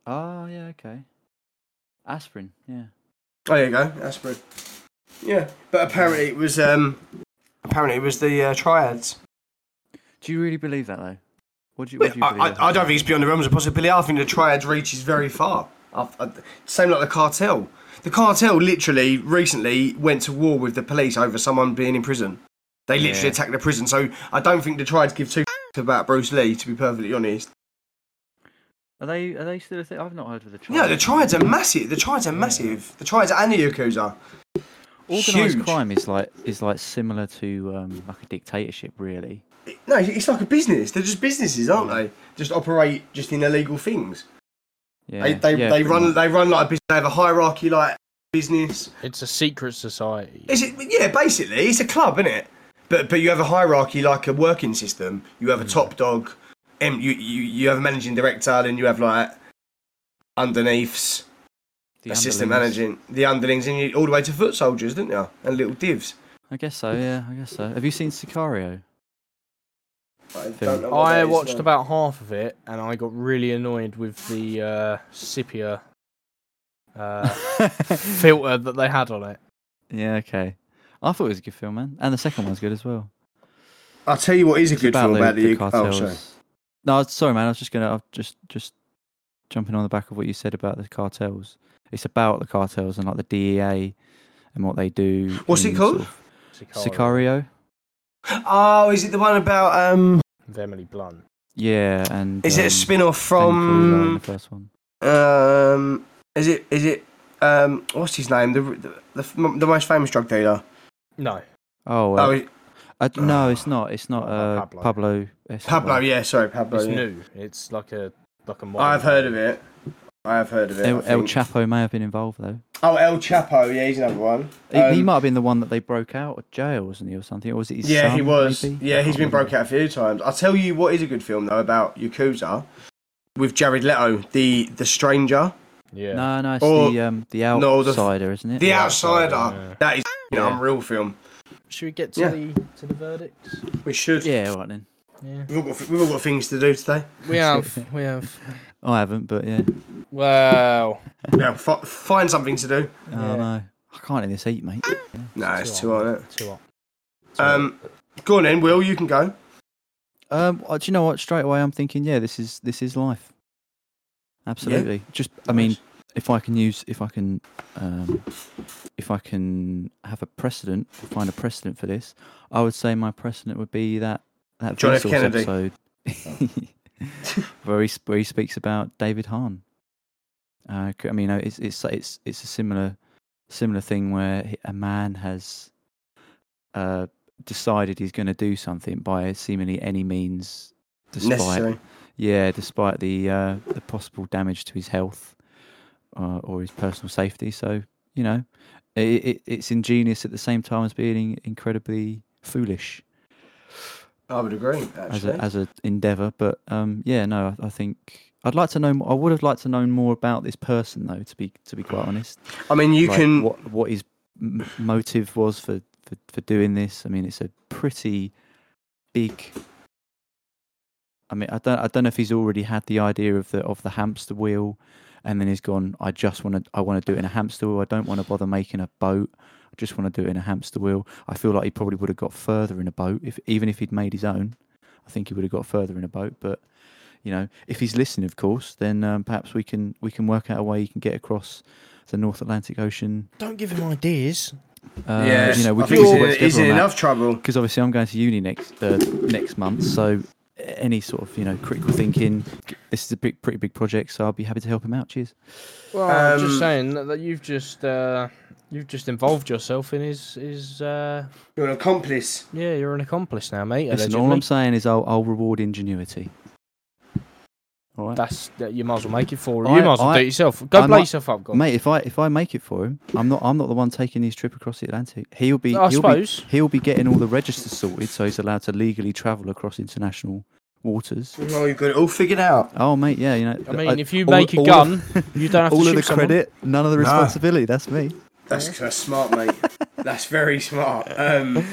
Oh yeah, okay. Aspirin, yeah. Oh, there you go. That's good. Yeah, but apparently it was um, apparently it was the uh, triads. Do you really believe that though? What do you, I, what do you believe? that I, I don't happened? think it's beyond the realms of possibility. I think the triad reaches very far. I, I, same like the cartel. The cartel literally recently went to war with the police over someone being in prison. They literally Yeah. attacked the prison. So I don't think the triads give two f- about Bruce Lee, to be perfectly honest. Are they are they still a thing? I've not heard of the triads. No, the triads are massive. The triads are massive. The triads and the Yakuza. Organised huge. crime is like is like similar to um, like a dictatorship, really. No, it's like a business. They're just businesses, aren't they? Just operate just in illegal things. Yeah, They, they, yeah, they pretty run much. they run like a business. They have a hierarchy like business. It's a secret society. Is it? Yeah, basically, it's a club, isn't it? But but you have a hierarchy like a working system. You have a top dog. Um, you, you you have a managing director, and you have like underneaths, The assistant underlings. managing, the underlings, and you all the way to foot soldiers, didn't you? And little divs. I guess so. Yeah, I guess so. Have you seen Sicario? I Film. know what I that is, watched no. about half of it, and I got really annoyed with the uh, sepia uh, filter that they had on it. yeah. Okay. I thought it was a good film, man, and the second one's good as well. I'll tell you what is a It's good film about the, UK. Oh, cartels. sorry. no, I was- sorry, man. I was just gonna I've just just jumping on the back of what you said about the cartels. It's about the cartels and like the DEA and what they do. What's it in sort called? of- Sicario. Oh, is it the one about um? With Emily Blunt. Yeah, and Is it um, a spin-off Ben Kingsley in from? the first one? Um, is it is it um? What's his name? The the, the, the most famous drug dealer. No. Oh, uh, Oh, I d- no, it's not. It's not Not uh, Pablo. Pablo. Pablo, Escobar. yeah, sorry, Pablo. It's yeah. new. It's like a like a modern I've heard of it. I have heard of it. I El, El think. Chapo may have been involved though. Oh, El Chapo. Yeah, he's another one. He, he Um, might have been the one that they broke out of jail, wasn't he, or something? Or was it his Yeah, he son, was. maybe? I Yeah, he's can't been broke remember. out a few times. I'll tell you what is a good film though about Yakuza with Jared Leto, the the stranger, Yeah. No, no, it's Or- the um, the no, the f- outsider, isn't it? the Yeah, outsider. Outsider, yeah. That is an Yeah. unreal film. Should we get to Yeah. the to the verdicts? We should. yeah, all right then. Yeah. We've all, got, we've all got things to do today. We have. We have. I haven't, but yeah. Wow. Yeah, f- find something to do. Oh Yeah. no, I can't in this heat, mate. No, it's too hard. Too hot. Too hot. Um, go on then, Will. You can go. Um, uh, do you know what? Straight away, I'm thinking, yeah, this is this is life. Absolutely. Just, I mean, Nice. if I can use, if I can, um, if I can have a precedent, find a precedent for this, I would say my precedent would be that that John F. Vsauce Kennedy. episode where he, sp- where he speaks about David Hahn. Uh, c- I mean, uh, it's it's it's it's a similar similar thing where he- a man has uh, decided he's going to do something by seemingly any means, despite Necessary. yeah, despite the uh, the possible damage to his health uh, or his personal safety. So you know, it, it, it's ingenious at the same time as being incredibly foolish I would agree. as Actually. a as a endeavor. But um, yeah, no, I, I think I'd like to know. m- I would have liked to know more about this person, though. To be to be quite honest, I mean, you Like, can. what what his m- motive was for, for for doing this. I mean, it's a pretty big. I mean, I don't I don't know if he's already had the idea of the of the hamster wheel, and then he's gone. I just want to I want to do it in a hamster wheel. I don't want to bother making a boat. I just want to do it in a hamster wheel. I feel like he probably would have got further in a boat if even if he'd made his own. I think he would have got further in a boat, but you know, if he's listening, of course, then um, perhaps we can we can work out a way he can get across the North Atlantic Ocean. Don't give him ideas. Uh, yeah, you know, we I can think all he's work in, he's in enough trouble. because obviously I'm going to uni next uh, next month, so any sort of you know critical thinking. This is a big, pretty big project, so I'll be happy to help him out. Cheers. Well, I'm Um, just saying that, that you've just uh, you've just involved yourself in his his. Uh, You're an accomplice. yeah, you're an accomplice now, mate. Listen, all I'm saying is I'll, I'll reward ingenuity. All right, That's that you might as well make it for him. I- You might as well I- do it yourself. Go I blow might- yourself up, God. mate. If I if I make it for him, I'm not I'm not the one taking his trip across the Atlantic. He'll be. I he'll be suppose. He'll be getting all the registers sorted, so he's allowed to legally travel across international waters. Oh, you've got it all figured out. Oh, mate, yeah, you know. I mean, if you uh, all- make a all gun, of- you don't have to all of shoot the someone. credit, none of the No. responsibility. That's me. That's, that's smart, mate. that's very smart. Um,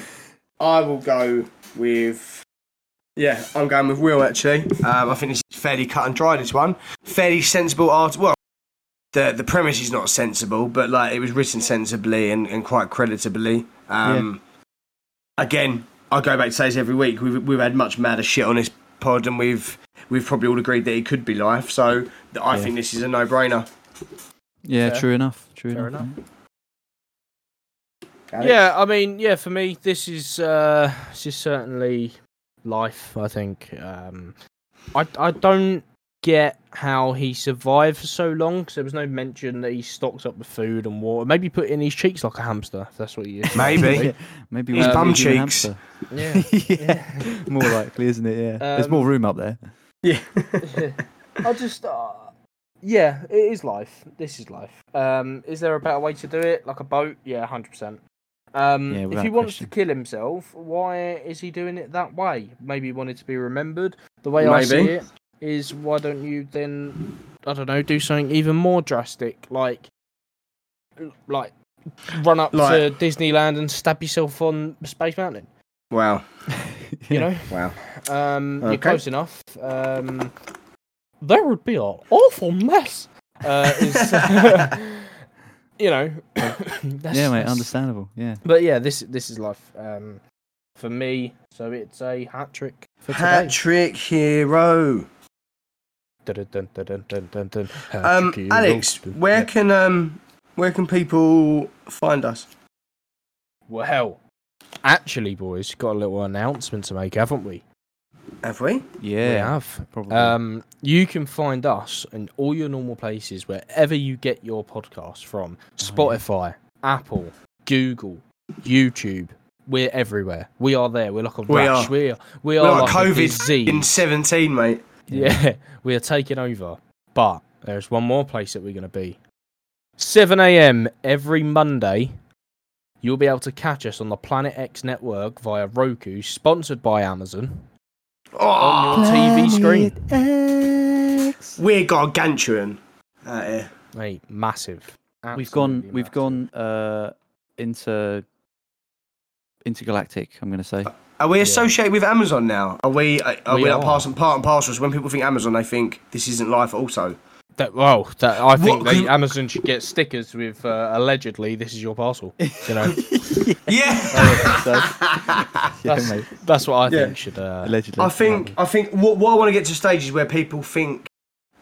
I will go with. Yeah, I'm going with Will actually. Um, I think this is fairly cut and dry. This one, fairly sensible art. Well, the the premise is not sensible, but like it was written sensibly and, and quite creditably. Um, Again, I go back to say this every week. We've we've had much madder shit on this pod, and we've we've probably all agreed that it could be life. So th- I Yeah. think this is a no brainer. Yeah, Fair. true enough. True Fair enough. Yeah, I mean, yeah, for me, this is uh, this is certainly life. I think. Um, I I don't get how he survived for so long because there was no mention that he stocked up with food and water. Maybe put in his cheeks like a hamster. If that's what he is. Maybe. Maybe His we'll bum leave you in cheeks. hamster. yeah. yeah, more likely, isn't it? Yeah, there's Um, more room up there. Yeah. I just. Uh, yeah, it is life. This is life. Um, is there a better way to do it? Like a boat? Yeah, hundred percent. Um, Yeah, if without he wants to question. kill himself, why is he doing it that way? Maybe he wanted to be remembered. The way I see Maybe. it is, why don't you then? I don't know, do something even more drastic, like, like, run up Like- to Disneyland and stab yourself on Space Mountain. wow. You Yeah. know. Wow. Um, You're Okay. close enough. Um, there would be an awful mess. Uh, is, you know. that's- yeah, mate, that's- understandable. Yeah, But yeah, this this is life um, for me. So it's a hat trick for Hat today. trick hero. Dun-dun-dun, dun-dun-dun, dun. Hat Um, trick, you Alex, roasted. where Yeah. can um, where can people find us? Well, actually, boys, got a little announcement to make, haven't we? Have we? yeah, We have. probably. Um, you can find us in all your normal places, wherever you get your podcast from Spotify, Apple, Google, YouTube. We're everywhere. We are there. We're like a We rash. are. We are. We We're are like like a COVID in disease. seventeen, mate. Yeah, we are taking over. But There's one more place that we're going to be. 7 a.m. every Monday. You'll be able to catch us on the Planet X network via Roku, sponsored by Amazon. Oh, On your TV screen. we're gargantuan. out here. Mate, massive. we've gone. Absolutely We've massive. gone uh, into intergalactic. I'm going to say. Are we associated with Amazon now? Are we? Are, are we, We like are. part and part and parcel? So when people think Amazon, they think this isn't life. Also, That, well, that, I think What- they, Amazon should get stickers with uh, allegedly this is your parcel. You know, yeah. So, yeah, that's, mate, that's what I Yeah. think should. Uh, allegedly. I think. I think. What, what I want to get to stages where people think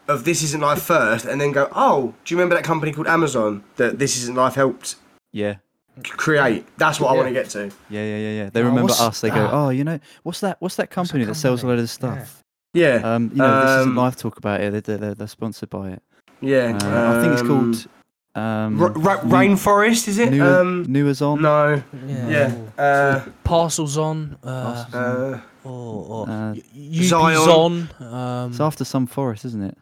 of this isn't life first, and then go, oh, do you remember that company called Amazon that this isn't life helped Yeah. create? That's what I want to get to. Yeah, yeah, yeah, yeah. They Oh, remember what's us. They go, that? "Oh, you know, what's that? What's that company that sells a load company? of this stuff?" Yeah. Um, you know, this isn't Um, live talk about it. They're, they're- they're, they're sponsored by it. yeah. Um, I think it's um, called um, Ra- Ra- New- Rainforest, is it? New, um, Nuazon. no. Yeah. Yeah. Uh, Parcels on. Uh, Parcels. uh, or, or Uh, Zion. Um, It's after some forest, isn't it?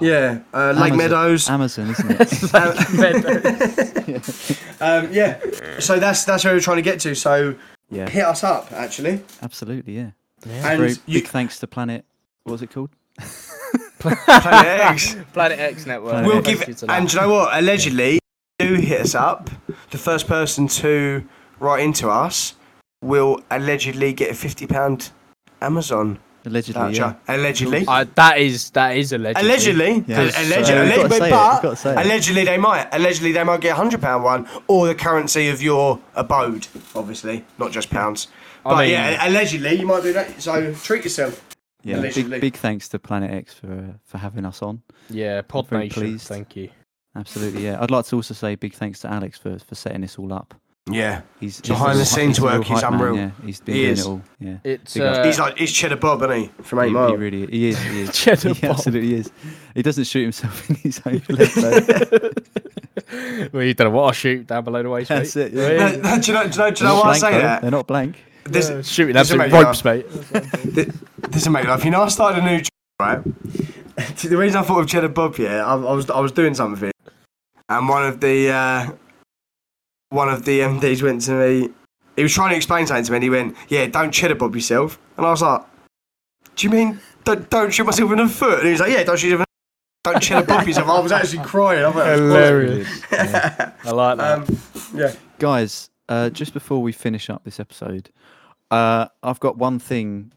yeah. Uh, Lake Amazon. Meadows. Amazon, isn't it? Um, yeah. So that's that's where we're trying to get to. So yeah, hit us up, actually. absolutely. Yeah. And Very you big thanks to Planet. What was it called? Planet X. Planet X Network. Planet We'll X. give and do you know what? Allegedly, do hit us up. The first person to write into us will allegedly get a fifty pound Amazon Allegedly. Yeah. voucher. Allegedly. Uh, that is that is allegedly. Allegedly, Yeah. Alleg- So- allegedly, We've gotta say it, but we've gotta say it. allegedly they might. Allegedly they might get a hundred pound one, or the currency of your abode, obviously, not just pounds. I But mean- yeah, allegedly you might do that. So treat yourself. Yeah. Allegedly. Big, big thanks to Planet X for uh, for having us on. Yeah, Pod Very Nation. pleased. Thank you. Absolutely. Yeah. I'd like to also say big thanks to Alex for for setting this all up. Yeah, He's he's Behind a the hy- scenes a real work, he's hype man, unreal. yeah. He's been He doing is. it all. Yeah. It's Big up. uh, he's like he's Cheddar Bob, isn't he? From Eight He, Mile. he really he is. He is. Cheddar he Bob. absolutely is. He doesn't shoot himself in his own leg. though. well, you don't know what I shoot down below the waist. That's mate. it. No, Yeah. no, do you know, do you know, do you They're know not why I blank, say though. that? They're not blank. This, Yeah, Shooting Doesn't make absolute it ropes, mate. this is mate. Like, you know, I started a new job, right? the reason I thought of Cheddar Bob, yeah, I, I was I was doing something, and one of the uh, one of the MDs went to me. He was trying to explain something to me, and he went, "Yeah, don't Cheddar Bob yourself." And I was like, "Do you mean don't, don't shoot myself in the foot?" And he was like, "Yeah, don't shoot yourself. in the- Don't Cheddar Bob yourself." I was actually crying. I was like, Hilarious. Yeah. I like that. Um, yeah. Guys, uh, just before we finish up this episode, uh, I've got one thing.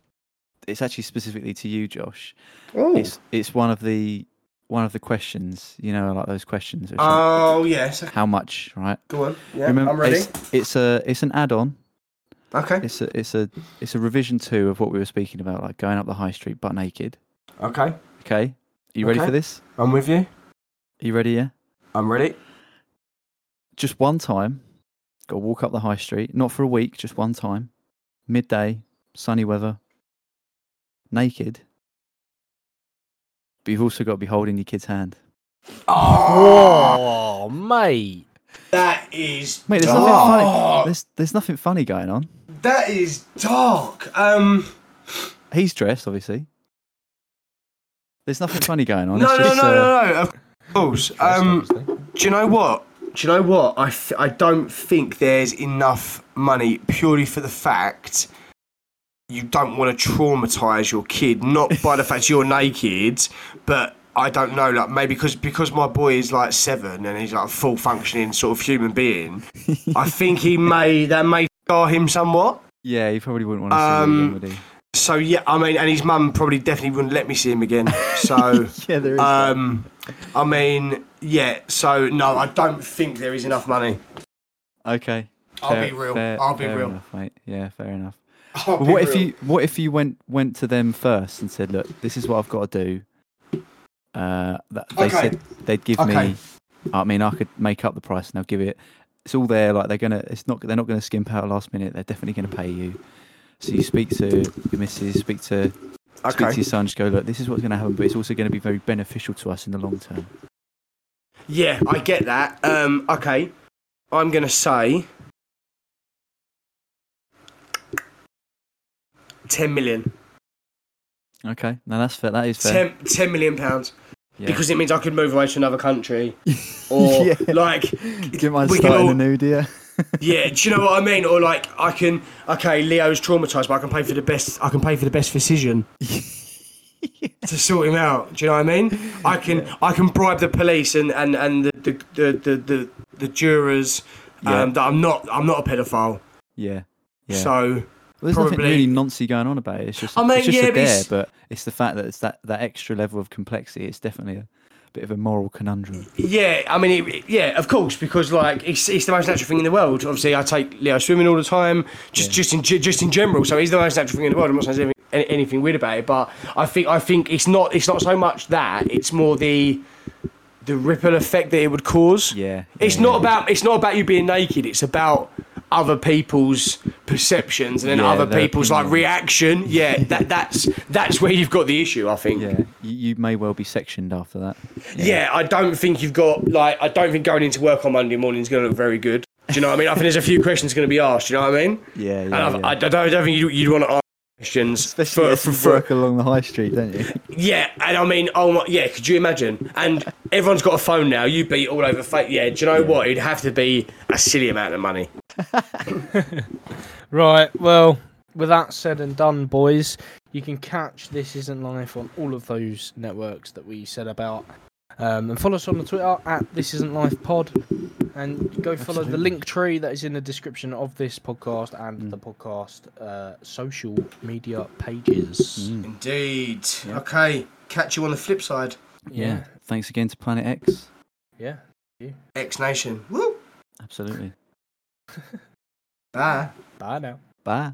It's actually specifically to you, Josh. Oh. It's it's one of the one of the questions. You know, like those questions. which are, Oh yes. how much, right? Go on. Yeah, Remember, I'm ready. It's, it's a it's an add-on. Okay. It's a it's a it's a revision two of what we were speaking about, like going up the high street butt naked. Okay. Okay, Are you ready Okay. for this? I'm with you. Are you ready? Yeah. I'm ready. Just one time, got to walk up the high street. Not for a week, just one time. Midday, sunny weather, naked. But you've also got to be holding your kid's hand. Oh, oh, mate. that is Mate, there's nothing funny. dark. There's there's nothing funny going on. That is dark. Um, He's dressed, obviously. There's nothing funny going on. no, it's no, no, just, uh, no, no. Of course. Um, do you know what? Do you know what? I, th- I don't think there's enough money purely for the fact you don't want to traumatise your kid, not by the fact you're naked, but I don't know, like maybe because because my boy is like seven and he's like a full functioning sort of human being. I think he may that may scar him somewhat. Yeah, you probably wouldn't want to see him Um, again, would he? So yeah, I mean, and his mum probably definitely wouldn't let me see him again. So Yeah, there is. um, I mean, yeah. So no, I don't think there is enough money. okay. I'll be real. I'll be fair real. Enough, mate. Yeah, fair enough. I'll But be what if real. you what if you went went to them first and said, "Look, this is what I've got to do." Uh, that, they Okay. said they'd give Okay. me. I mean, I could make up the price and they'll give it. It's all there. Like they're gonna. It's not. They're not gonna skimp out last minute. They're definitely gonna pay you. So you speak to your missus, speak to speak to Okay. your son. Just go, look, this is what's gonna happen, but it's also gonna be very beneficial to us in the long term. Yeah, I get that. Um, okay. I'm gonna say ten million. Okay, now that's fair. That is fair. Ten, 10 million pounds. Yeah. because it means I could move away to another country, or Yeah. like Get mine we can starting all- a new dear. yeah, do you know what I mean? Or like I can okay, Leo's traumatized, but I can pay for the best. I can pay for the best physician to sort him out. Do you know what I mean? I can I can bribe the police and and and the the the the, the, the jurors Yeah. um, that I'm not I'm not a paedophile. yeah. Yeah. So Well, there's nothing Probably- really noncy going on about it. It's just, I mean, it's just yeah, a but dare, it's- but it's the fact that it's that, that extra level of complexity. It's definitely a bit of a moral conundrum. Yeah, I mean, it, yeah, of course, because like it's, it's the most natural thing in the world. Obviously, I take Leo swimming all the time, just just in ge- just in general. So it's the most natural thing in the world. I'm not saying there's any- anything weird about it, but I think I think it's not it's not so much that it's more the the ripple effect that it would cause. Yeah, it's yeah, not yeah. about it's not about you being naked. It's about other people's perceptions and then Yeah, other their people's like opinions. reaction. Yeah, that that's that's where you've got the issue. I think. Yeah, you, you may well be sectioned after that. Yeah, I don't think you've got like I don't think going into work on Monday morning is going to look very good. Do you know what I mean? I think there's a few questions going to be asked. Do you know what I mean? Yeah, and I've- I, don't, I don't think you'd, you'd want to ask questions, Especially for- for, for- for- work along the high street, don't you? yeah. And I mean, oh my, yeah. Could you imagine? And everyone's got a phone now. You'd be all over. Fa- yeah. Do you know what? It'd have to be a silly amount of money. Right, well, with that said and done, boys, you can catch This Isn't Life on all of those networks that we said about. Um, and follow us on the Twitter at This Isn't Life Pod. And go follow the Absolutely. link tree that is in the description of this podcast and the podcast uh, social media Mm. pages. Indeed. Okay. Catch you on the flip side. Yeah, Thanks again to Planet X. yeah. X Nation. Woo. Absolutely. Bye. Bye now. Bye.